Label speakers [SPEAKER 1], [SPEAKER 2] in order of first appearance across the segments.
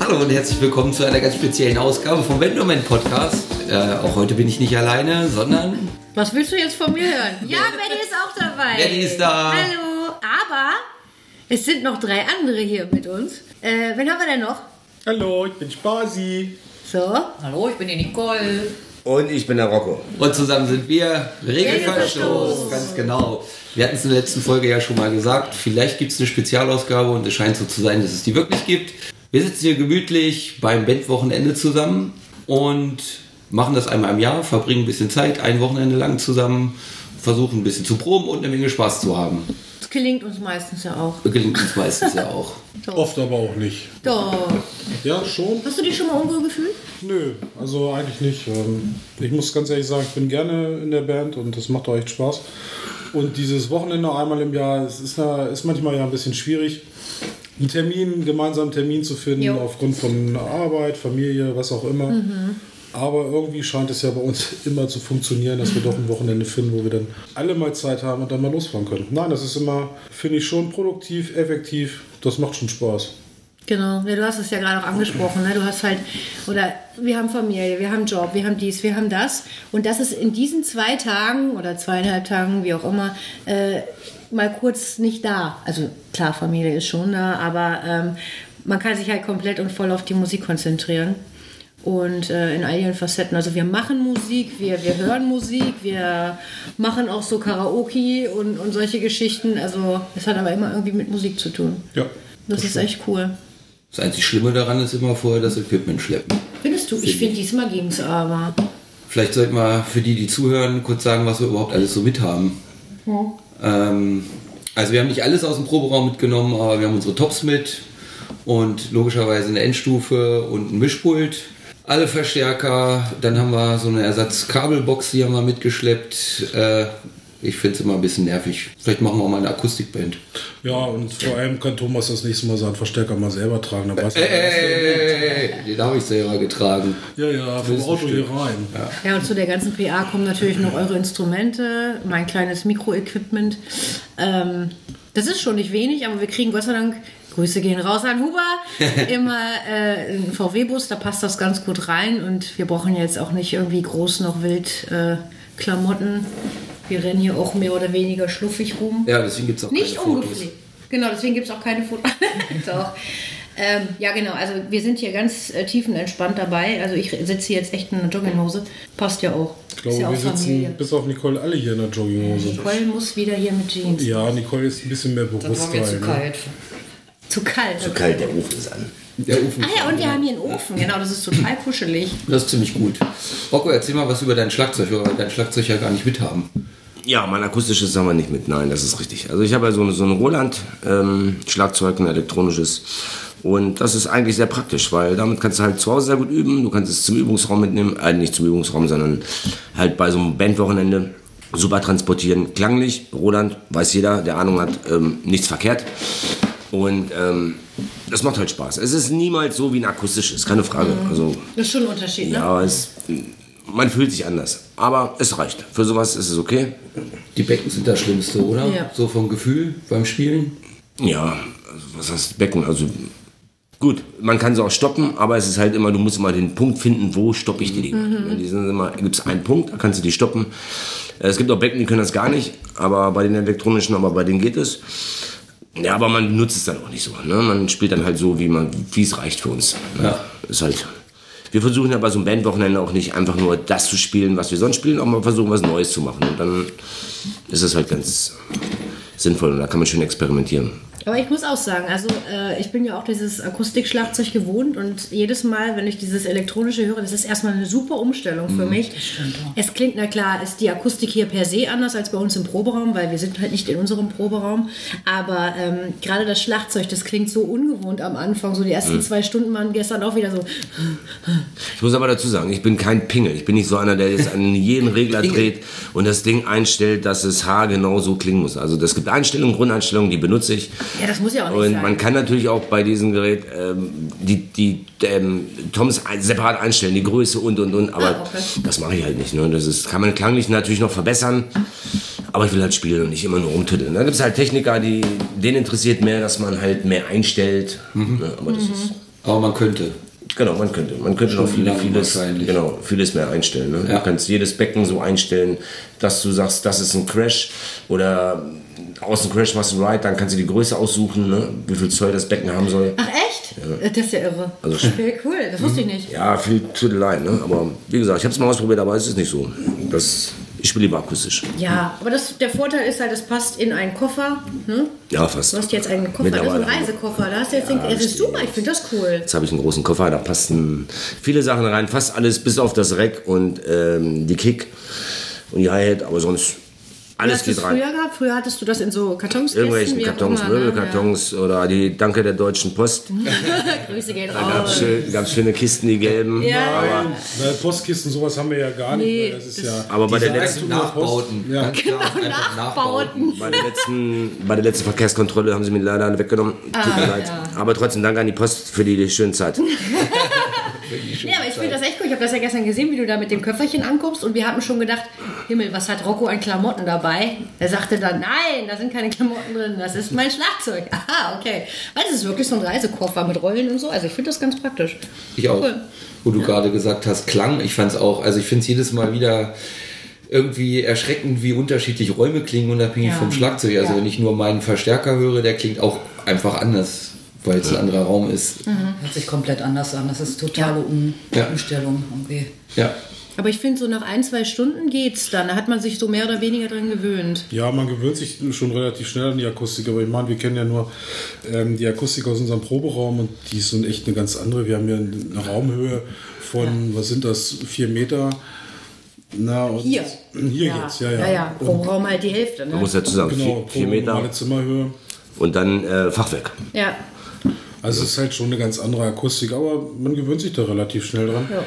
[SPEAKER 1] Hallo und herzlich willkommen zu einer ganz speziellen Ausgabe vom Wendoman Podcast. Äh, auch heute bin ich nicht alleine, sondern
[SPEAKER 2] Was willst du jetzt von mir hören? Ja, Betty ist auch dabei.
[SPEAKER 1] Betty ist da.
[SPEAKER 2] Hallo. Aber es sind noch drei andere hier mit uns. Äh, wen haben wir denn noch?
[SPEAKER 3] Hallo, ich bin Spasi.
[SPEAKER 2] So.
[SPEAKER 4] Hallo, ich bin die Nicole.
[SPEAKER 5] Und ich bin der Rocco.
[SPEAKER 1] und zusammen sind wir Regelverstoß.
[SPEAKER 2] Regelverstoß.
[SPEAKER 1] Ganz genau. Wir hatten es in der letzten Folge ja schon mal gesagt. Vielleicht gibt es eine Spezialausgabe und es scheint so zu sein, dass es die wirklich gibt. Wir sitzen hier gemütlich beim Bandwochenende zusammen und machen das einmal im Jahr, verbringen ein bisschen Zeit, ein Wochenende lang zusammen, versuchen ein bisschen zu proben und eine Menge Spaß zu haben.
[SPEAKER 2] Das gelingt uns meistens ja auch.
[SPEAKER 1] Gelingt uns meistens ja auch.
[SPEAKER 3] Oft aber auch nicht.
[SPEAKER 2] Doch.
[SPEAKER 3] Ja, schon?
[SPEAKER 2] Hast du dich schon mal unwohl gefühlt?
[SPEAKER 3] Nö, also eigentlich nicht. Ähm, Ich muss ganz ehrlich sagen, ich bin gerne in der Band und das macht auch echt Spaß. Und dieses Wochenende einmal im Jahr, es ist, na- ist manchmal ja ein bisschen schwierig, einen Termin, gemeinsamen Termin zu finden,
[SPEAKER 2] Jo.
[SPEAKER 3] aufgrund von Arbeit, Familie, was auch immer. Aber irgendwie scheint es ja bei uns immer zu funktionieren, dass wir doch ein Wochenende finden, wo wir dann alle mal Zeit haben und dann mal losfahren können. Nein, das ist immer, finde ich schon produktiv, effektiv. Das macht schon Spaß.
[SPEAKER 2] Genau, ja, du hast es ja gerade auch angesprochen. Ne? Du hast halt, oder wir haben Familie, wir haben Job, wir haben dies, wir haben das. Und das ist in diesen zwei Tagen oder zweieinhalb Tagen, wie auch immer, äh, mal kurz nicht da. Also klar, Familie ist schon da, aber ähm, man kann sich halt komplett und voll auf die Musik konzentrieren. Und äh, in all ihren Facetten. Also wir machen Musik, wir, wir hören Musik, wir machen auch so Karaoke und, und solche Geschichten. Also es hat aber immer irgendwie mit Musik zu tun.
[SPEAKER 3] Ja.
[SPEAKER 2] Das ist echt cool.
[SPEAKER 1] Das einzig Schlimme daran ist immer vorher das Equipment schleppen.
[SPEAKER 2] Findest du? Ich finde, diesmal ging es aber.
[SPEAKER 1] Vielleicht sollten wir für die, die zuhören, kurz sagen, was wir überhaupt alles so mithaben. Ähm, also wir haben nicht alles aus dem Proberaum mitgenommen, aber wir haben unsere Tops mit und logischerweise eine Endstufe und ein Mischpult. Alle Verstärker, dann haben wir so eine Ersatzkabelbox, die haben wir mitgeschleppt. Äh, ich finde es immer ein bisschen nervig. Vielleicht machen wir auch mal eine Akustikband.
[SPEAKER 3] Ja, und vor allem kann Thomas das nächste Mal seinen Verstärker mal selber tragen. Dann
[SPEAKER 1] Äh,
[SPEAKER 3] weiß er,
[SPEAKER 1] Ey, den habe ich selber getragen.
[SPEAKER 3] ja, ja, vom Auto hier rein.
[SPEAKER 2] Ja, und zu der ganzen PA kommen natürlich noch eure Instrumente, mein kleines Mikroequipment. Ähm, das ist schon nicht wenig, aber wir kriegen Gott sei Dank, Grüße gehen raus an Huber, immer äh, einen VW-Bus, da passt das ganz gut rein und wir brauchen jetzt auch nicht irgendwie groß noch wild äh, Klamotten. Wir rennen hier auch mehr oder weniger schluffig rum.
[SPEAKER 1] Ja, deswegen gibt es auch
[SPEAKER 2] Nicht
[SPEAKER 1] keine Fotos.
[SPEAKER 2] ungepflegt. Genau, deswegen gibt es auch keine Fotos. Doch. Ähm, ja, genau. Also wir sind hier ganz äh, tiefenentspannt dabei. Also ich sitze hier jetzt echt in einer Jogginghose. Passt ja auch.
[SPEAKER 3] Ich glaube,
[SPEAKER 2] Ist ja
[SPEAKER 3] wir
[SPEAKER 2] auch
[SPEAKER 3] sitzen
[SPEAKER 2] Familie.
[SPEAKER 3] bis auf Nicole alle hier in der Jogginghose.
[SPEAKER 2] Nicole muss wieder hier mit Jeans.
[SPEAKER 3] Ja, Nicole ist ein bisschen mehr
[SPEAKER 4] Das war mir zu
[SPEAKER 3] Bewusstsein. Ne?
[SPEAKER 4] kalt.
[SPEAKER 2] Zu kalt.
[SPEAKER 5] Zu kalt, der Ofen ist an.
[SPEAKER 1] Der Ofen.
[SPEAKER 2] Ach Ah ja, und wir haben hier einen Ofen. Genau, das ist total kuschelig.
[SPEAKER 1] Das ist ziemlich gut. Rocco, erzähl mal was über dein Schlagzeug, weil wir dein Schlagzeug ja gar nicht mithaben.
[SPEAKER 5] Ja, mein akustisches haben wir nicht mit. Nein, das ist richtig. Also ich habe ja so, ein- so ein Roland-Schlagzeug, ein elektronisches. Und das ist eigentlich sehr praktisch, weil damit kannst du halt zu Hause sehr gut üben. Du kannst es zum Übungsraum mitnehmen. Äh, nicht zum Übungsraum, sondern halt bei so einem Bandwochenende super transportieren. Klanglich, Roland, weiß jeder, der Ahnung hat, ähm, nichts verkehrt. Und ähm, das macht halt Spaß. Es ist niemals so wie ein akustisches, keine Frage. Also
[SPEAKER 2] Das ist schon ein Unterschied, ne?
[SPEAKER 5] Ja, aber es, man fühlt sich anders. Aber es reicht. Für sowas ist es okay.
[SPEAKER 1] Die Becken sind das Schlimmste, oder?
[SPEAKER 2] Ja.
[SPEAKER 1] So vom Gefühl beim Spielen.
[SPEAKER 5] Ja, also was heißt Becken? Also gut, man kann sie auch stoppen, aber es ist halt immer, du musst immer den Punkt finden, wo stoppe ich die Dinger. Die sind immer, gibt es einen Punkt, da kannst du die stoppen. Äh, Es gibt auch Becken, die können das gar nicht, aber bei den elektronischen, aber bei denen geht es. Ja, aber man nutzt es dann auch nicht so. Ne? Man spielt dann halt so, wie man, wie es reicht für uns. Ne?
[SPEAKER 1] Ja.
[SPEAKER 5] Ist halt. Wir versuchen ja bei so einem Bandwochenende auch nicht einfach nur das zu spielen, was wir sonst spielen, auch mal versuchen, was Neues zu machen. Und dann ist es halt ganz sinnvoll und da kann man schön experimentieren.
[SPEAKER 2] Aber ich muss auch sagen, also äh, ich bin ja auch dieses Akustikschlagzeug gewohnt und jedes Mal, wenn ich dieses elektronische höre, das ist erstmal eine super Umstellung für mich. Es klingt, na klar, ist die Akustik hier per se anders als bei uns im Proberaum, weil wir sind halt nicht in unserem Proberaum. Aber ähm, gerade das Schlagzeug, das klingt so ungewohnt am Anfang. So die ersten zwei Stunden waren gestern auch wieder so.
[SPEAKER 5] Ich muss aber dazu sagen, ich bin kein Pingel. Ich bin nicht so einer, der jetzt an jeden Regler dreht und das Ding einstellt, dass es haargenau so klingen muss. Also das gibt Einstellungen, Grundeinstellungen, die benutze ich.
[SPEAKER 2] Ja, das muss ja auch nicht
[SPEAKER 5] Und
[SPEAKER 2] sein.
[SPEAKER 5] man kann natürlich auch bei diesem Gerät ähm, die, die ähm, Toms ein- separat einstellen, die Größe und und und. Aber
[SPEAKER 2] Ah, okay.
[SPEAKER 5] das mache ich halt nicht. Ne? Das ist, kann man klanglich natürlich noch verbessern. Aber ich will halt spielen und nicht immer nur rumtütteln.
[SPEAKER 2] Mhm.
[SPEAKER 5] Da gibt es halt Techniker, die denen interessiert mehr, dass man halt mehr einstellt. Ne? Aber das ist
[SPEAKER 1] Aber man könnte.
[SPEAKER 5] Genau, man könnte. Man könnte noch viele,
[SPEAKER 1] Stundenlang
[SPEAKER 5] vieles,
[SPEAKER 1] wahrscheinlich.
[SPEAKER 5] genau, vieles mehr einstellen. Ne?
[SPEAKER 1] Ja.
[SPEAKER 5] Du kannst jedes Becken so einstellen, dass du sagst, das ist ein Crash oder aus dem Crash machst du ein Ride, dann kannst du die Größe aussuchen, ne? wie viel Zoll das Becken haben soll.
[SPEAKER 2] Ach echt? Das ist ja irre. Also Mhm. Sehr cool, das wusste ich nicht.
[SPEAKER 5] Ja, viel Tüdelei, ne? aber wie gesagt, ich habe es mal ausprobiert, aber es ist nicht so. Das, ich spiele lieber akustisch.
[SPEAKER 2] Ja, aber das, der Vorteil ist halt, das passt in einen Koffer. Hm?
[SPEAKER 5] Ja, fast.
[SPEAKER 2] Du hast jetzt einen Koffer, das ist ein
[SPEAKER 5] Mittlerweile.
[SPEAKER 2] Reisekoffer. Da hast du jetzt den, das ist super, ich finde das cool.
[SPEAKER 5] Jetzt habe ich einen großen Koffer, da passen viele Sachen rein, fast alles, bis auf das Rack und ähm, die Kick und die Hi-Hat, aber sonst
[SPEAKER 2] Du
[SPEAKER 5] alles
[SPEAKER 2] hast
[SPEAKER 5] geht
[SPEAKER 2] das
[SPEAKER 5] rein.
[SPEAKER 2] früher gehabt? Früher hattest du das in so Kartons
[SPEAKER 5] irgendwelchen Kartons,
[SPEAKER 2] ne?
[SPEAKER 5] Möbelkartons oder die Danke der Deutschen Post.
[SPEAKER 2] Grüße gehen
[SPEAKER 5] Da gab es
[SPEAKER 2] raus.
[SPEAKER 5] schön, gab's schöne Kisten, die gelben.
[SPEAKER 2] Ja,
[SPEAKER 3] Nein, nein, Postkisten, sowas haben wir ja gar nicht.
[SPEAKER 2] Nee,
[SPEAKER 3] mehr. das ist ja.
[SPEAKER 5] Aber bei der,
[SPEAKER 1] Diese
[SPEAKER 5] letzten,
[SPEAKER 1] Nachbauten.
[SPEAKER 3] Ja.
[SPEAKER 1] Ganz klar,
[SPEAKER 2] Genau,
[SPEAKER 1] einfach
[SPEAKER 2] Nachbauten.
[SPEAKER 5] bei, der letzten, bei der letzten Verkehrskontrolle haben sie mir leider alle weggenommen. Tut mir leid. Aber trotzdem danke an die Post für die, die schöne Zeit.
[SPEAKER 2] Ja, aber ich finde das echt cool. Ich habe das ja gestern gesehen, wie du da mit dem Köfferchen ankommst und wir haben schon gedacht, Himmel, was hat Rocco an Klamotten dabei? Er sagte dann, nein, da sind keine Klamotten drin, das ist mein Schlagzeug. Aha, okay. Weil das ist wirklich so ein Reisekoffer mit Rollen und so. Also ich finde das ganz praktisch.
[SPEAKER 1] Ich auch.
[SPEAKER 2] Cool.
[SPEAKER 1] Wo du gerade gesagt hast, Klang, ich fand's auch. Also ich find's jedes Mal wieder irgendwie erschreckend, wie unterschiedlich Räume klingen, unabhängig
[SPEAKER 2] Ja.
[SPEAKER 1] vom Schlagzeug. Also
[SPEAKER 2] Ja.
[SPEAKER 1] wenn ich nur meinen Verstärker höre, der klingt auch einfach anders, weil es ein anderer Raum ist.
[SPEAKER 2] Mhm.
[SPEAKER 4] Hört sich komplett anders an. Das ist totale um
[SPEAKER 1] Ja.
[SPEAKER 4] Umstellung. Irgendwie.
[SPEAKER 1] Ja.
[SPEAKER 2] Aber ich finde, so nach ein, zwei Stunden geht's dann. Da hat man sich so mehr oder weniger dran gewöhnt.
[SPEAKER 3] Ja, man gewöhnt sich schon relativ schnell an die Akustik, aber ich meine, wir kennen ja nur ähm, die Akustik aus unserem Proberaum und die ist nun echt eine ganz andere. Wir haben ja eine Raumhöhe von, was sind das, vier Meter. Na, und
[SPEAKER 2] Hier.
[SPEAKER 3] Hier jetzt, ja, ja.
[SPEAKER 2] Ja, ja. Pro
[SPEAKER 3] Und
[SPEAKER 2] Raum halt die Hälfte, ne?
[SPEAKER 5] Man muss dazu sagen,
[SPEAKER 3] genau,
[SPEAKER 5] Also vier, vier Meter
[SPEAKER 3] normale Zimmerhöhe.
[SPEAKER 5] und dann äh, Fachwerk.
[SPEAKER 2] Ja.
[SPEAKER 3] Also es ist halt schon eine ganz andere Akustik, aber man gewöhnt sich da relativ schnell dran.
[SPEAKER 2] Ja.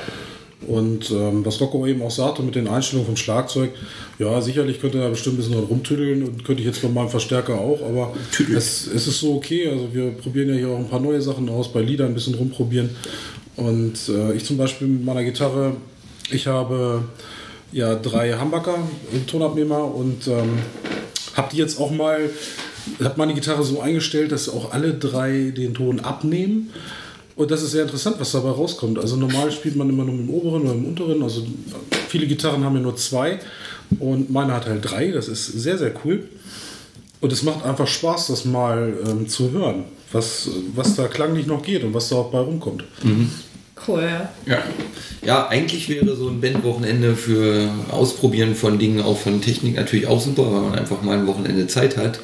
[SPEAKER 3] Und ähm, was Rocco eben auch sagte mit den Einstellungen vom Schlagzeug, ja, sicherlich könnte er bestimmt ein bisschen dran rumtüdeln und könnte ich jetzt bei meinem Verstärker auch, aber es, es ist so okay. Also wir probieren ja hier auch ein paar neue Sachen aus, bei Liedern ein bisschen rumprobieren. Und äh, ich zum Beispiel mit meiner Gitarre, ich habe ja drei Humbucker im Tonabnehmer und ähm, habe die jetzt auch mal, habe meine Gitarre so eingestellt, dass auch alle drei den Ton abnehmen. Und das ist sehr interessant, was dabei rauskommt. Also normal spielt man immer nur mit dem oberen oder im unteren. Also viele Gitarren haben ja nur zwei und meine hat halt drei. Das ist sehr, sehr cool. Und es macht einfach Spaß, das mal ähm, zu hören, was, was da klanglich noch geht und was da auch bei rumkommt.
[SPEAKER 2] Cool.
[SPEAKER 1] Ja. ja, eigentlich wäre so ein Bandwochenende für Ausprobieren von Dingen, auch von Technik natürlich auch super, weil man einfach mal ein Wochenende Zeit hat.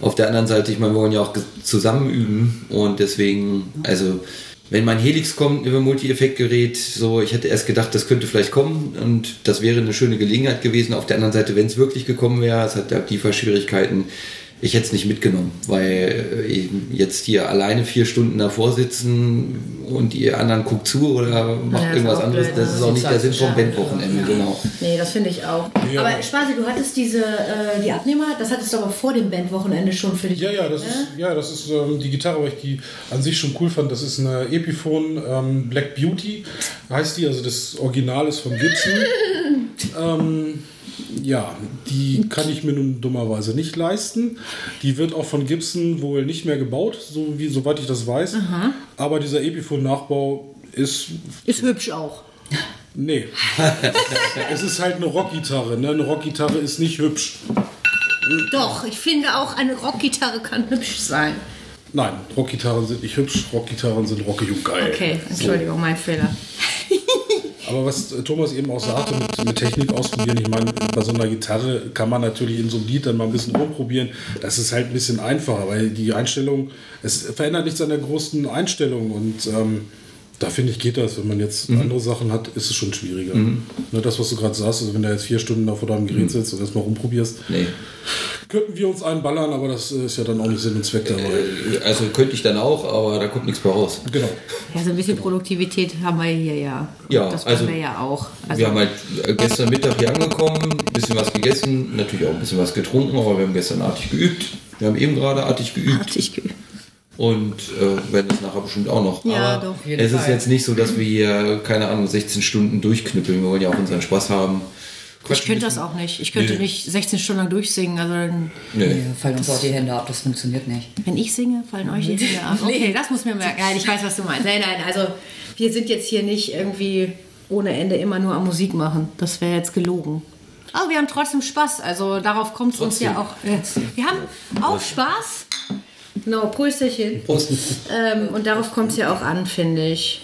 [SPEAKER 1] Auf der anderen Seite, ich meine, wir wollen ja auch ges- zusammen üben und deswegen, also wenn mein Helix kommt über Multi-Effekt-Gerät, so, ich hätte erst gedacht, das könnte vielleicht kommen und das wäre eine schöne Gelegenheit gewesen. Auf der anderen Seite, wenn es wirklich gekommen wäre, es hat Aktiva-Schwierigkeiten, ich hätte es nicht mitgenommen, weil äh, eben jetzt hier alleine vier Stunden davor sitzen und ihr anderen guckt zu oder macht
[SPEAKER 2] Ja, ist
[SPEAKER 1] irgendwas
[SPEAKER 2] auch
[SPEAKER 1] anderes,
[SPEAKER 2] blöd,
[SPEAKER 1] das
[SPEAKER 2] ne?
[SPEAKER 1] ist auch nicht der Sinn vom
[SPEAKER 4] Ja.
[SPEAKER 1] Bandwochenende, genau.
[SPEAKER 2] Nee, das finde ich auch. Aber Spasi, du hattest diese, äh, die Abnehmer, das hattest du aber vor dem Bandwochenende schon für dich.
[SPEAKER 3] Ja, ja, das
[SPEAKER 2] Ne?
[SPEAKER 3] ist, ja, das ist ähm, die Gitarre, weil ich die an sich schon cool fand. Das ist eine Epiphone ähm, Black Beauty, heißt die. Also das Original ist von Gibson. ähm, ja, die kann ich mir nun dummerweise nicht leisten. Die wird auch von Gibson wohl nicht mehr gebaut, so wie, soweit ich das weiß. Aber dieser Epiphone-Nachbau ist
[SPEAKER 2] Ist hübsch auch.
[SPEAKER 3] Nee. es ist halt eine Rockgitarre. Ne? Eine Rockgitarre ist nicht hübsch.
[SPEAKER 2] Doch, ich finde auch eine Rockgitarre kann hübsch sein.
[SPEAKER 3] Nein, Rockgitarren sind nicht hübsch, Rockgitarren sind rockig und geil.
[SPEAKER 2] Okay, Entschuldigung, mein Fehler.
[SPEAKER 3] Aber was äh, Thomas eben auch sagte, mit, mit Technik ausprobieren, ich meine, bei so einer Gitarre kann man natürlich in so einem Lied dann mal ein bisschen rumprobieren. Das ist halt ein bisschen einfacher, weil die Einstellung, es verändert nichts an der großen Einstellung und ähm, da finde ich, geht das. Wenn man jetzt andere Sachen hat, ist es schon schwieriger. Ne, das, was du gerade sagst, also wenn du jetzt vier Stunden da vor deinem Gerät sitzt und erstmal rumprobierst,
[SPEAKER 1] Nee.
[SPEAKER 3] könnten wir uns einen ballern, aber das äh, ist ja dann auch nicht Sinn und Zweck dabei.
[SPEAKER 1] Also könnte ich dann auch, aber da kommt nichts mehr raus.
[SPEAKER 3] Genau.
[SPEAKER 2] Ja, so ein bisschen Produktivität haben wir hier ja.
[SPEAKER 1] Ja,
[SPEAKER 2] das
[SPEAKER 1] also-
[SPEAKER 2] haben wir ja auch. Also,
[SPEAKER 1] Wir haben halt gestern Mittag hier angekommen, ein bisschen was gegessen, natürlich auch ein bisschen was getrunken, aber wir haben gestern artig geübt. Wir haben eben gerade artig geübt
[SPEAKER 2] Artig ge-
[SPEAKER 1] und äh, werden das nachher bestimmt auch noch.
[SPEAKER 2] Ja,
[SPEAKER 1] aber
[SPEAKER 2] doch.
[SPEAKER 4] jeden
[SPEAKER 1] es ist
[SPEAKER 4] Fall.
[SPEAKER 1] jetzt nicht so, dass wir hier, keine Ahnung, 16 Stunden durchknüppeln. Wir wollen ja auch unseren Spaß haben
[SPEAKER 2] Ich könnte das auch nicht. Ich könnte
[SPEAKER 1] Nee.
[SPEAKER 2] nicht 16 Stunden lang durchsingen. Also dann,
[SPEAKER 1] Nee.
[SPEAKER 4] Mir fallen uns auch die Hände ab, das funktioniert nicht.
[SPEAKER 2] wenn ich singe, fallen euch die Hände ab. Okay, das muss mir merken. Nein, ich weiß, was du meinst. Nein, nein, also wir sind jetzt hier nicht irgendwie ohne Ende immer nur am Musik machen. Das wäre jetzt gelogen. Aber wir haben trotzdem Spaß. Also darauf kommt es uns ja auch. äh, Wir haben auch Spaß. Genau, Prösterchen.
[SPEAKER 1] Prost.
[SPEAKER 2] Ähm, und darauf kommt es ja auch an, finde ich.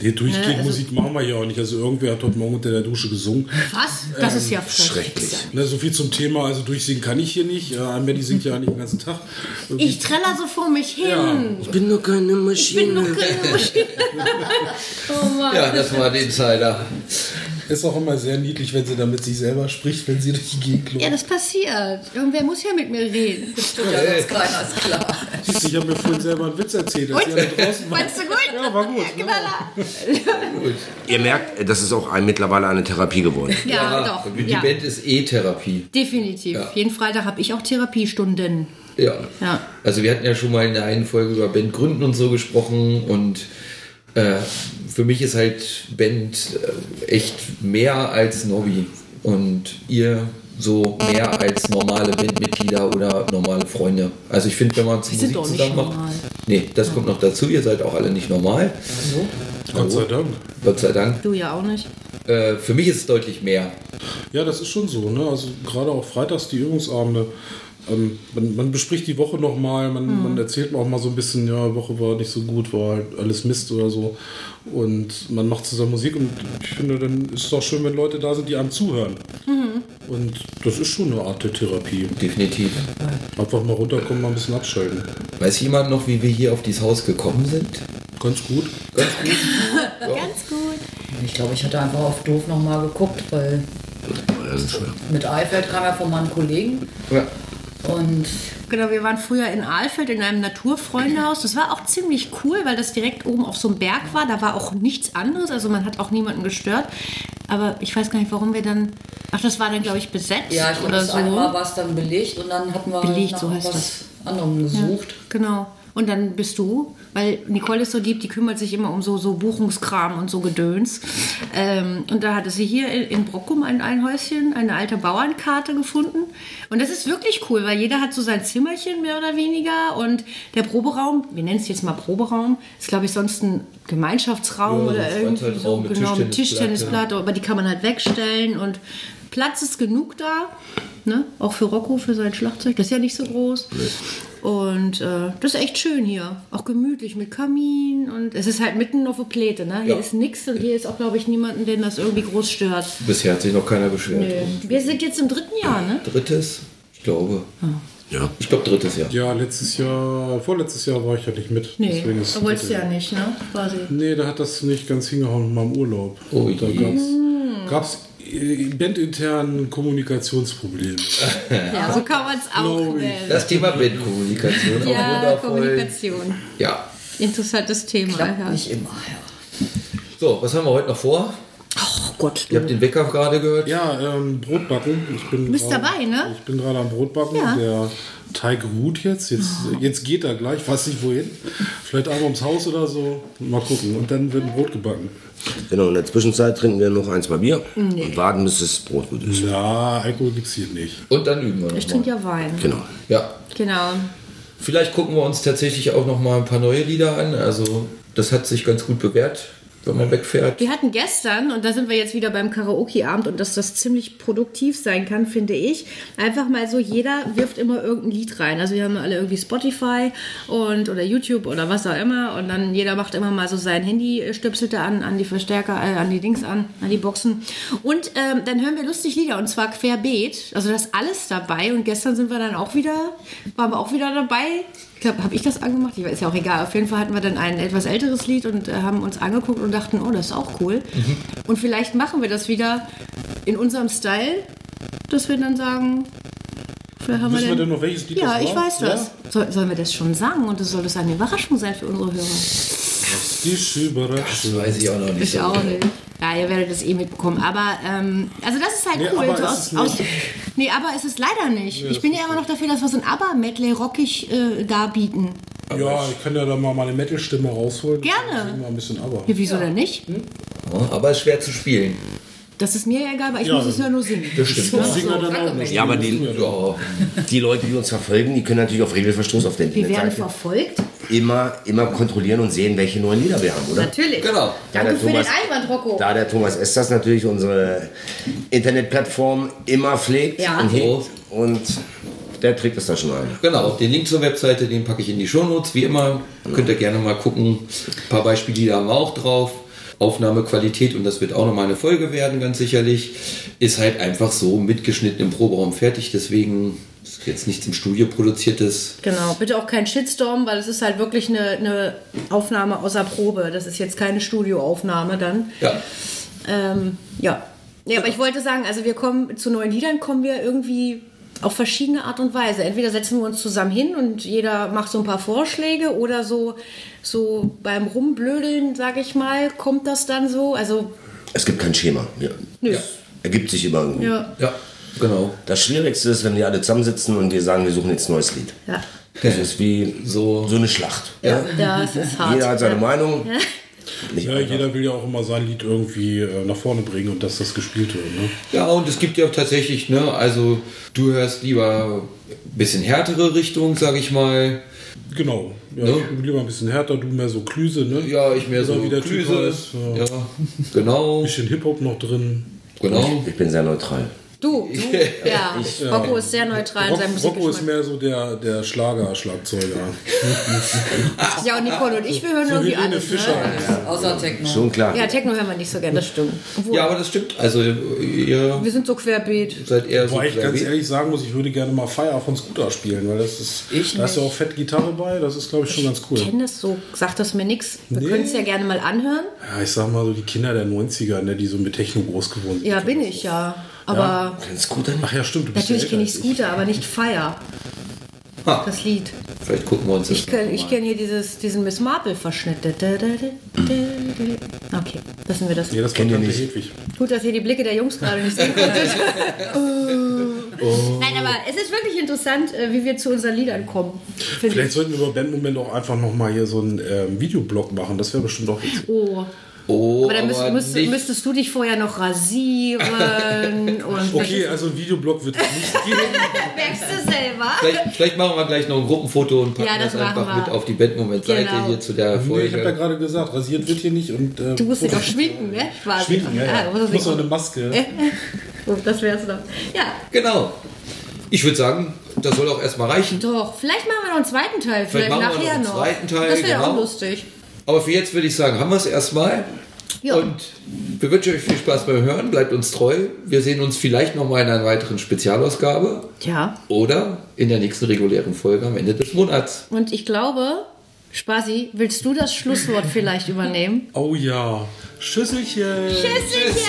[SPEAKER 3] Nee, durchgehend Musik machen wir hier auch nicht. Also irgendwer hat heute Morgen unter der Dusche gesungen.
[SPEAKER 2] Was? Das ist ja
[SPEAKER 5] Schrecklich.
[SPEAKER 3] Ne, so viel zum Thema, also durchsingen kann ich hier nicht. Äh, Anne-Betty singt ja eigentlich den ganzen Tag.
[SPEAKER 2] Ich treller so vor mich hin.
[SPEAKER 5] Ich bin nur keine Maschine.
[SPEAKER 2] bin nur keine Maschine. oh Mann.
[SPEAKER 1] Ja, das war der Insider.
[SPEAKER 3] Ist auch immer sehr niedlich, wenn sie dann mit sich selber spricht, wenn sie durch die Gegend läuft.
[SPEAKER 2] Ja, das passiert. Irgendwer muss ja mit mir reden.
[SPEAKER 4] Tut ja sonst keiner, ist klar.
[SPEAKER 3] Siehst du, Ich habe mir vorhin selber einen Witz erzählt, als
[SPEAKER 2] Und?
[SPEAKER 3] sie alle draußen waren.
[SPEAKER 2] Fandst du gut?
[SPEAKER 3] Ja, war gut. Ne?
[SPEAKER 2] Knaller.
[SPEAKER 5] Ihr merkt, das ist auch ein, mittlerweile eine Therapie geworden.
[SPEAKER 2] Ja,
[SPEAKER 1] Ah,
[SPEAKER 2] doch.
[SPEAKER 1] Die
[SPEAKER 2] Ja.
[SPEAKER 1] Band ist eh Therapie.
[SPEAKER 2] Definitiv.
[SPEAKER 1] Ja.
[SPEAKER 2] Jeden Freitag habe ich auch Therapiestunden.
[SPEAKER 1] Ja.
[SPEAKER 2] Ja.
[SPEAKER 1] Also wir hatten ja schon mal in der einen Folge über Bandgründen und so gesprochen und äh, für mich ist halt Band äh, echt mehr als ein Hobby und ihr so mehr als normale Bandmitglieder oder normale Freunde. Also ich finde, wenn man zu
[SPEAKER 2] Wir
[SPEAKER 1] Musik
[SPEAKER 2] sind doch nicht
[SPEAKER 1] zusammen macht,
[SPEAKER 2] normal.
[SPEAKER 1] nee, das kommt noch dazu. Ihr seid auch alle nicht normal,
[SPEAKER 3] Gott sei Dank.
[SPEAKER 1] Gott sei Dank.
[SPEAKER 2] Du ja auch nicht.
[SPEAKER 1] Äh, für mich ist es deutlich mehr.
[SPEAKER 3] Ja, das ist schon so. Ne? Also gerade auch freitags die Übungsabende. Ähm, man, man bespricht die Woche nochmal, man, man erzählt auch mal so ein bisschen, ja, Woche war nicht so gut, war halt alles Mist oder so. Und man macht zusammen Musik und ich finde, dann ist es auch schön, wenn Leute da sind, die einem zuhören. Und das ist schon eine Art der Therapie.
[SPEAKER 1] Definitiv.
[SPEAKER 3] Einfach mal runterkommen, mal ein bisschen abschalten.
[SPEAKER 1] Weiß jemand noch, wie wir hier auf dieses Haus gekommen sind?
[SPEAKER 3] Ganz gut.
[SPEAKER 2] Ganz gut.
[SPEAKER 4] Ich glaube, ich hatte einfach auf doof nochmal geguckt, weil
[SPEAKER 5] Also,
[SPEAKER 4] mit Eifert kam ja von meinem Kollegen
[SPEAKER 1] Ja.
[SPEAKER 4] und
[SPEAKER 2] Genau, wir waren früher in Ahlfeld in einem Naturfreundehaus. Das war auch ziemlich cool, weil das direkt oben auf so einem Berg war. Da war auch nichts anderes. Also man hat auch niemanden gestört. Aber ich weiß gar nicht, warum wir dann. Ach, das war dann, glaube ich, besetzt
[SPEAKER 4] ja, ich glaube,
[SPEAKER 2] oder
[SPEAKER 4] das
[SPEAKER 2] so.
[SPEAKER 4] eine Mal war es dann belegt und dann hatten wir
[SPEAKER 2] Belegt,
[SPEAKER 4] nach
[SPEAKER 2] so heißt
[SPEAKER 4] was anderem gesucht.
[SPEAKER 2] Genau. Und dann bist du, weil Nicole ist so lieb, die kümmert sich immer um so, so Buchungskram und so Gedöns. Ähm, und da hatte sie hier in, in Brockum ein, ein Häuschen, eine alte Bauernkarte gefunden. Und das ist wirklich cool, weil jeder hat so sein Zimmerchen mehr oder weniger. Und der Proberaum, wir nennen es jetzt mal Proberaum, ist glaube ich sonst ein Gemeinschaftsraum
[SPEAKER 1] Ja,
[SPEAKER 2] oder
[SPEAKER 1] so ein
[SPEAKER 2] irgendwie so,
[SPEAKER 1] Freizeitraum mit
[SPEAKER 2] genau,
[SPEAKER 1] Tischtennisplatte.
[SPEAKER 2] mit Tischtennisplatte. Platte, aber die kann man halt wegstellen und Platz ist genug da. Ne? Auch für Rocco, für sein Schlagzeug. Das ist ja nicht so groß. Und äh, das ist echt schön hier. Auch gemütlich mit Kamin. Und es ist halt mitten auf der Pläte. Ne? Hier
[SPEAKER 1] Ja.
[SPEAKER 2] ist nichts und hier ist auch, glaube ich, niemanden, den das irgendwie groß stört.
[SPEAKER 1] Bisher hat sich noch keiner beschwert.
[SPEAKER 2] Wir sind jetzt im dritten Jahr, ne?
[SPEAKER 1] Drittes? Ich glaube.
[SPEAKER 5] Ja.
[SPEAKER 1] Ich glaube drittes Jahr.
[SPEAKER 3] Ja, letztes Jahr, vorletztes Jahr war ich ja nicht mit.
[SPEAKER 2] Nee,
[SPEAKER 3] ist
[SPEAKER 2] da wolltest du ja
[SPEAKER 3] bitte-
[SPEAKER 2] nicht, ne? Quasi.
[SPEAKER 3] Nee, da hat das nicht ganz hingehauen mit meinem Urlaub.
[SPEAKER 1] Oh
[SPEAKER 3] da
[SPEAKER 1] je.
[SPEAKER 2] Hm.
[SPEAKER 3] gab es bandintern Kommunikationsprobleme.
[SPEAKER 2] Ja, so kann man es auch
[SPEAKER 3] Glaub ich.
[SPEAKER 2] nennen.
[SPEAKER 1] Das Thema Bandkommunikation. auch
[SPEAKER 2] Ja,
[SPEAKER 1] wundervoll.
[SPEAKER 2] Kommunikation.
[SPEAKER 1] Ja.
[SPEAKER 2] Interessantes Thema. Ja.
[SPEAKER 4] Nicht immer, ja.
[SPEAKER 1] So, was haben wir heute noch vor?
[SPEAKER 2] Oh Gott.
[SPEAKER 1] Ihr habt den Wecker gerade gehört.
[SPEAKER 3] Ja, ähm, Brotbacken. Ich bin
[SPEAKER 2] Du bist
[SPEAKER 3] gerade-
[SPEAKER 2] dabei, ne?
[SPEAKER 3] Ich bin gerade am Brotbacken.
[SPEAKER 2] Ja. Oh.
[SPEAKER 3] Der Teig ruht jetzt. Jetzt, jetzt geht er gleich. Weiß nicht wohin. Vielleicht einmal ums Haus oder so. Mal gucken. Und dann wird ein Brot gebacken.
[SPEAKER 5] Genau, in der Zwischenzeit trinken wir noch ein, zwei Bier und warten, bis das Brot gut ist.
[SPEAKER 3] Ja, Alkohol gibt's hier nicht.
[SPEAKER 1] Und dann üben wir
[SPEAKER 2] Ich
[SPEAKER 1] nochmal.
[SPEAKER 2] trinke ja Wein.
[SPEAKER 5] Genau.
[SPEAKER 1] Ja.
[SPEAKER 2] Genau.
[SPEAKER 1] Vielleicht gucken wir uns tatsächlich auch nochmal ein paar neue Lieder an. Also, das hat sich ganz gut bewährt, wenn man wegfährt.
[SPEAKER 2] Wir hatten gestern, und da sind wir jetzt wieder beim Karaoke-Abend, und dass das ziemlich produktiv sein kann, finde ich. Einfach mal so, jeder wirft immer irgendein Lied rein. Also wir haben alle irgendwie Spotify und oder YouTube oder was auch immer. Und dann jeder macht immer mal so sein Handy, äh, stöpselt da an, an die Verstärker, äh, an die Dings an, an die Boxen. Und ähm, dann hören wir lustig Lieder und zwar querbeet. Also das ist alles dabei. Und gestern sind wir dann auch wieder, waren wir auch wieder dabei. Ich glaube, habe ich das angemacht? Ich weiß, ist ja auch egal. Auf jeden Fall hatten wir dann ein etwas älteres Lied und äh, haben uns angeguckt und dachten, oh, das ist auch cool.
[SPEAKER 3] Mhm.
[SPEAKER 2] Und vielleicht machen wir das wieder in unserem Style, dass wir dann sagen, vielleicht haben
[SPEAKER 3] Wissen
[SPEAKER 2] wir
[SPEAKER 3] wir
[SPEAKER 2] denn.
[SPEAKER 3] denn noch, welches Lied
[SPEAKER 2] ja,
[SPEAKER 3] das
[SPEAKER 2] ich
[SPEAKER 3] war?
[SPEAKER 2] weiß das.
[SPEAKER 3] Ja?
[SPEAKER 2] Soll, sollen wir das schon sagen? Und das soll das eine Überraschung sein für unsere Hörer?
[SPEAKER 3] Die Schüberraschung.
[SPEAKER 1] Das weiß ich auch noch nicht. so genau.
[SPEAKER 2] Ja, ihr werdet das eh mitbekommen. Aber, ähm, also das ist halt
[SPEAKER 3] Nee,
[SPEAKER 2] cool.
[SPEAKER 3] aber
[SPEAKER 2] so
[SPEAKER 3] ist
[SPEAKER 2] aus,
[SPEAKER 3] es
[SPEAKER 2] aus,
[SPEAKER 3] nicht.
[SPEAKER 2] nee, aber ist es leider nicht. ich bin ja immer noch dafür, dass wir so ein Aber-Medley rockig äh, darbieten.
[SPEAKER 3] Ja, ich kann ja da mal meine Metal-Stimme rausholen.
[SPEAKER 2] Gerne.
[SPEAKER 3] Sing Mal ein bisschen aber.
[SPEAKER 2] Ja, wieso denn nicht?
[SPEAKER 1] Ja, aber ist schwer zu spielen.
[SPEAKER 6] Das ist mir ja egal, weil ich
[SPEAKER 3] Ja,
[SPEAKER 6] muss es ja nur singen.
[SPEAKER 3] Das stimmt. Das singen wir dann auch noch.
[SPEAKER 5] Ja, aber die,
[SPEAKER 1] Ja.
[SPEAKER 5] die Leute, die uns verfolgen, die können natürlich auf Regelverstoß auf der
[SPEAKER 6] Wir werden
[SPEAKER 5] Internetseite
[SPEAKER 6] verfolgt.
[SPEAKER 5] immer, immer kontrollieren und sehen, welche neuen Lieder wir haben, oder?
[SPEAKER 2] Natürlich.
[SPEAKER 1] Genau.
[SPEAKER 5] Da
[SPEAKER 2] Danke
[SPEAKER 5] der
[SPEAKER 2] für den
[SPEAKER 5] Thomas,
[SPEAKER 2] Einwand, Rocco.
[SPEAKER 5] da der Thomas Esters natürlich unsere Internetplattform immer pflegt
[SPEAKER 6] Ja.
[SPEAKER 5] und hegt und der trägt das da schon ein.
[SPEAKER 1] Genau, den Link zur Webseite, den packe ich in die Shownotes, wie immer. Könnt ihr gerne mal gucken. Ein paar Beispiele haben wir auch drauf. Aufnahmequalität, und das wird auch nochmal eine Folge werden, ganz sicherlich, ist halt einfach so mitgeschnitten im Proberaum fertig. Deswegen ist jetzt nichts im Studio produziertes.
[SPEAKER 2] Genau, bitte auch kein Shitstorm, weil es ist halt wirklich eine, eine Aufnahme außer Probe. Das ist jetzt keine Studioaufnahme dann.
[SPEAKER 1] Ja,
[SPEAKER 2] Ähm, ja. Nee, aber ich wollte sagen, also wir kommen zu neuen Liedern kommen wir irgendwie auf verschiedene Art und Weise. Entweder setzen wir uns zusammen hin und jeder macht so ein paar Vorschläge oder so, so beim Rumblödeln, sage ich mal, kommt das dann so. Also,
[SPEAKER 5] Es gibt kein Schema. Ja.
[SPEAKER 2] nö.
[SPEAKER 5] Ergibt sich immer irgendwie.
[SPEAKER 2] Ja.
[SPEAKER 1] ja, genau.
[SPEAKER 5] Das Schwierigste ist, wenn wir alle zusammensitzen und wir sagen, wir suchen jetzt ein neues Lied.
[SPEAKER 2] Ja.
[SPEAKER 5] Das ist wie
[SPEAKER 1] So.
[SPEAKER 5] so, so eine Schlacht.
[SPEAKER 1] Ja.
[SPEAKER 2] ja, es ist hart.
[SPEAKER 5] Jeder hat seine Meinung. Nicht
[SPEAKER 3] Ja, jeder will ja auch immer sein Lied irgendwie äh, nach vorne bringen und dass das gespielt wird. Ne?
[SPEAKER 1] Ja, und es gibt ja tatsächlich, ne, also du hörst lieber ein bisschen härtere Richtung, sag ich mal.
[SPEAKER 3] Genau. Ja,
[SPEAKER 1] Ne?
[SPEAKER 3] ich bin Lieber ein bisschen härter, du mehr so Klüse, ne?
[SPEAKER 1] Ja, ich mehr
[SPEAKER 3] Oder
[SPEAKER 1] so
[SPEAKER 3] wie der Typ
[SPEAKER 1] Klüse.
[SPEAKER 3] heißt, ja.
[SPEAKER 1] Ja, genau,
[SPEAKER 3] Bisschen Hip-Hop noch drin.
[SPEAKER 1] genau.
[SPEAKER 5] Ich bin sehr neutral.
[SPEAKER 2] Du, du ja. Rocco ist sehr neutral in
[SPEAKER 3] ähm, Rock,
[SPEAKER 2] seinem
[SPEAKER 3] Rocco ist
[SPEAKER 2] Musikgeschmack.
[SPEAKER 3] mehr so der, der Schlager-Schlagzeuger.
[SPEAKER 2] Ja, und Nicole und ich, wir hören irgendwie
[SPEAKER 3] Helene
[SPEAKER 2] alles.
[SPEAKER 3] Fischer. halt.
[SPEAKER 2] Ne?
[SPEAKER 4] Außer Techno.
[SPEAKER 5] Schon klar.
[SPEAKER 2] Ja, Techno hören wir nicht so gerne, das stimmt. Obwohl,
[SPEAKER 1] Ja, aber das stimmt. Also ihr
[SPEAKER 2] wir sind so querbeet.
[SPEAKER 1] seid eher so
[SPEAKER 3] Wobei ich ganz
[SPEAKER 1] querbeet.
[SPEAKER 3] ehrlich sagen muss, ich würde gerne mal Fire von Scooter spielen, weil das ist.
[SPEAKER 4] Ich
[SPEAKER 3] da ist ja
[SPEAKER 4] nicht.
[SPEAKER 3] auch fett Gitarre bei, das ist glaube ich schon ganz
[SPEAKER 2] Ich
[SPEAKER 3] cool.
[SPEAKER 2] kenne das so, sagt das mir nichts. Wir
[SPEAKER 3] Nee.
[SPEAKER 2] können es ja gerne mal anhören.
[SPEAKER 3] Ja, ich sag mal so die Kinder der 90er, ne, die so mit Techno groß geworden sind.
[SPEAKER 2] Ja, bin ich ja. Aber
[SPEAKER 5] Ganz gut dann.
[SPEAKER 3] Ach ja, stimmt, du bist
[SPEAKER 2] natürlich
[SPEAKER 3] ja
[SPEAKER 2] kenne
[SPEAKER 3] älter
[SPEAKER 2] ich
[SPEAKER 3] als
[SPEAKER 2] Scooter, aber nicht Fire.
[SPEAKER 1] Ha.
[SPEAKER 2] Das Lied.
[SPEAKER 1] Vielleicht gucken wir uns das
[SPEAKER 2] Ich kenne
[SPEAKER 1] noch
[SPEAKER 2] ich
[SPEAKER 1] mal
[SPEAKER 2] kenn hier dieses, diesen Miss Marple-Verschnitt. Da, da, da, da, da. Okay, wissen wir das.
[SPEAKER 3] Nee, das war
[SPEAKER 5] Kennt ihr
[SPEAKER 3] Tante
[SPEAKER 5] nicht.
[SPEAKER 3] Hedwig.
[SPEAKER 2] Gut, dass ihr die Blicke der Jungs gerade nicht sehen konntet.
[SPEAKER 1] Oh.
[SPEAKER 2] Oh. Nein, aber es ist wirklich interessant, äh, wie wir zu unseren Liedern kommen. Find
[SPEAKER 3] Vielleicht
[SPEAKER 2] ich.
[SPEAKER 3] sollten wir über Bandmoment auch einfach nochmal hier so einen ähm, Videoblog machen. Das wäre bestimmt auch witzig.
[SPEAKER 2] Oh.
[SPEAKER 1] Oh,
[SPEAKER 2] Aber dann müsst,
[SPEAKER 1] aber
[SPEAKER 2] müsst,
[SPEAKER 1] nicht-
[SPEAKER 2] müsstest du dich vorher noch rasieren und
[SPEAKER 3] Okay, also ein Videoblog wird es nicht geben.
[SPEAKER 2] merkst du selber.
[SPEAKER 1] also- Vielleicht, vielleicht machen wir gleich noch ein Gruppenfoto und packen
[SPEAKER 2] Ja, das
[SPEAKER 1] das, einfach
[SPEAKER 2] machen wir.
[SPEAKER 1] mit auf die Bandmoment-Seite
[SPEAKER 2] Genau.
[SPEAKER 1] hier zu der
[SPEAKER 3] nee, ich habe ja
[SPEAKER 1] Folge.
[SPEAKER 3] gerade gesagt, rasiert wird hier nicht. Und, äh,
[SPEAKER 2] Du musst dich doch
[SPEAKER 1] Oh.
[SPEAKER 2] schminken, ne? Quasi.
[SPEAKER 3] Schminken, ja,
[SPEAKER 2] Ah,
[SPEAKER 3] ja.
[SPEAKER 2] du musst
[SPEAKER 3] Ich muss
[SPEAKER 2] dich-
[SPEAKER 3] so eine Maske.
[SPEAKER 2] Oh, das wär's noch. Ja,
[SPEAKER 1] genau. Ich würde sagen, das soll auch erstmal reichen.
[SPEAKER 2] doch. Vielleicht machen wir noch einen zweiten Teil. Vielleicht,
[SPEAKER 1] machen wir noch
[SPEAKER 2] nachher
[SPEAKER 1] einen
[SPEAKER 2] noch.
[SPEAKER 1] zweiten Teil,
[SPEAKER 2] das wäre auch
[SPEAKER 1] genau.
[SPEAKER 2] lustig.
[SPEAKER 1] Aber für jetzt würde ich sagen, haben wir es erstmal.
[SPEAKER 2] Ja.
[SPEAKER 1] Und wir wünschen euch viel Spaß beim Hören. Bleibt uns treu. Wir sehen uns vielleicht nochmal in einer weiteren Spezialausgabe
[SPEAKER 2] Ja.
[SPEAKER 1] oder in der nächsten regulären Folge am Ende des Monats.
[SPEAKER 2] Und ich glaube, Spasi, willst du das Schlusswort vielleicht übernehmen?
[SPEAKER 3] Oh ja. Schüsselchen.
[SPEAKER 1] Tschüsschen.